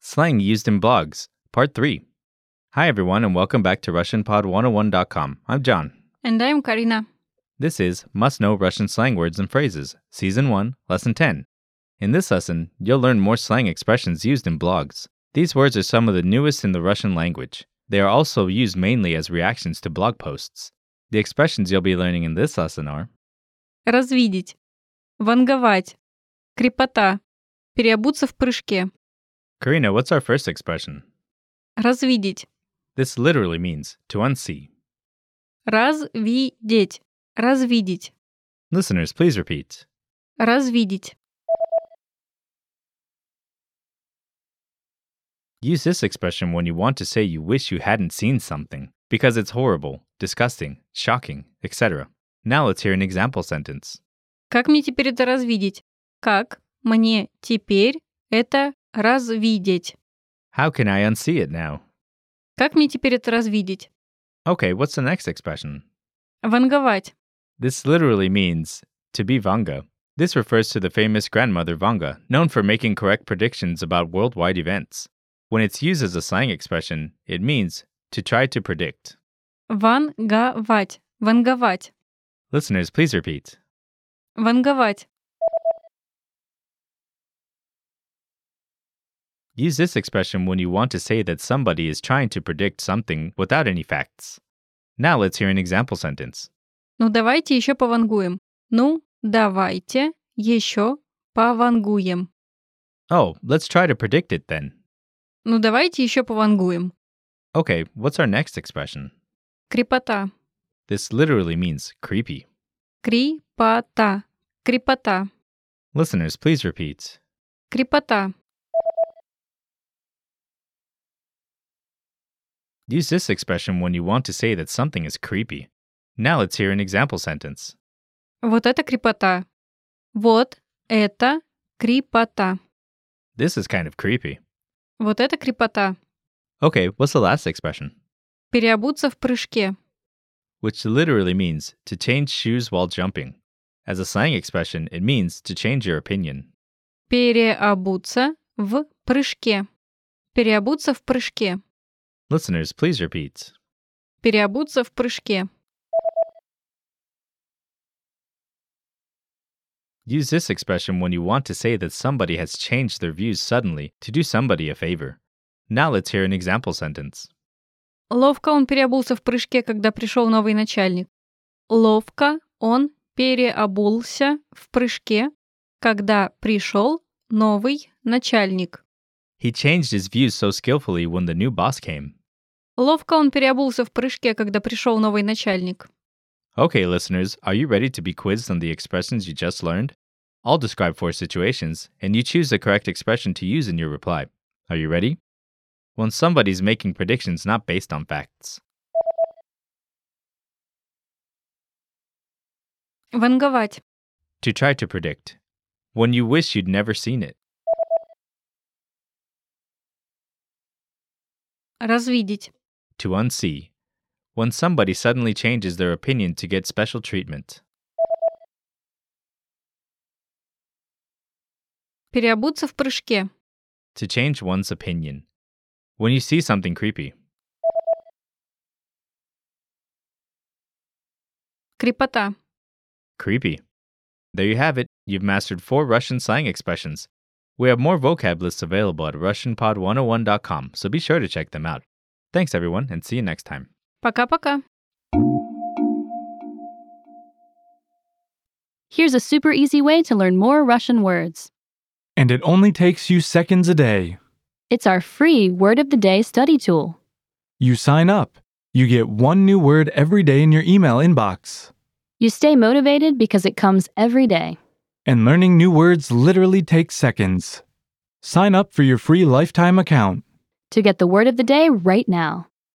slang used in blogs, part 3. Hi, everyone, and welcome back to RussianPod101.com. I'm John. And I'm Karina. This is Must Know Russian Slang Words and Phrases, Season 1, Lesson 10. In this lesson, you'll learn more slang expressions used in blogs. These words are some of the newest in the Russian language. They are also used mainly as reactions to blog posts. The expressions you'll be learning in this lesson are Развидеть. Ванговать. Крепота. Переобуться в прыжке. Karina, what's our first expression? Развидеть. This literally means to unsee. Развидеть. Развидеть. Listeners, please repeat. Развидеть. Use this expression when you want to say you wish you hadn't seen something because it's horrible, disgusting, shocking, etc. Now let's hear an example sentence. Как мне теперь это развидеть? Как мне теперь это развидеть? How can I unsee it now? Как мне теперь это развидеть? Okay, what's the next expression? Ванговать. This literally means to be Vanga. This refers to the famous grandmother Vanga, known for making correct predictions about worldwide events. When it's used as a slang expression, it means to try to predict. Ванговать. Ванговать. Listeners, please repeat. Ванговать. Use this expression when you want to say that somebody is trying to predict something without any facts. Now let's hear an example sentence. Ну давайте еще повангуем. Ну давайте еще повангуем. Oh, let's try to predict it then. Ну давайте еще повангуем. Okay, what's our next expression? Крепота. This literally means creepy. Крепота. Крепота. Listeners, please repeat. Крепота. Use this expression when you want to say that something is creepy. Now let's hear an example sentence. Вот это крепота. Вот это крепота. This is kind of creepy. Вот это крепота. Okay, what's the last expression? Переобуться в прыжке. Which literally means to change shoes while jumping. As a slang expression, it means to change your opinion. Переобуться в прыжке. Переобуться в прыжке. Listeners, please repeat. Переобуться в прыжке. Use this expression when you want to say that somebody has changed their views suddenly to do somebody a favor. Now let's hear an example sentence. Ловко он переобулся в прыжке, когда пришел новый начальник. Ловко он переобулся в прыжке, когда пришел новый начальник. He changed his views so skillfully when the new boss came. Ловко он переобулся в прыжке, когда пришел новый начальник. Okay, listeners, are you ready to be quizzed on the expressions you just learned? I'll describe four situations, and you choose the correct expression to use in your reply. Are you ready? When somebody's making predictions not based on facts. Ванговать. To try to predict. When you wish you'd never seen it. Развидеть. To unsee. When somebody suddenly changes their opinion to get special treatment. Переобуться в прыжке. To change one's opinion. When you see something creepy. Крепота. Creepy. There you have it. You've mastered four Russian slang expressions. We have more vocab lists available at RussianPod101.com, so be sure to check them out. Thanks, everyone, and see you next time. Пока-пока. Here's a super easy way to learn more Russian words. And it only takes you seconds a day. It's our free Word of the Day study tool. You sign up. You get one new word every day in your email inbox. You stay motivated because it comes every day. And learning new words literally takes seconds. Sign up for your free lifetime account. To get the Word of the Day right now.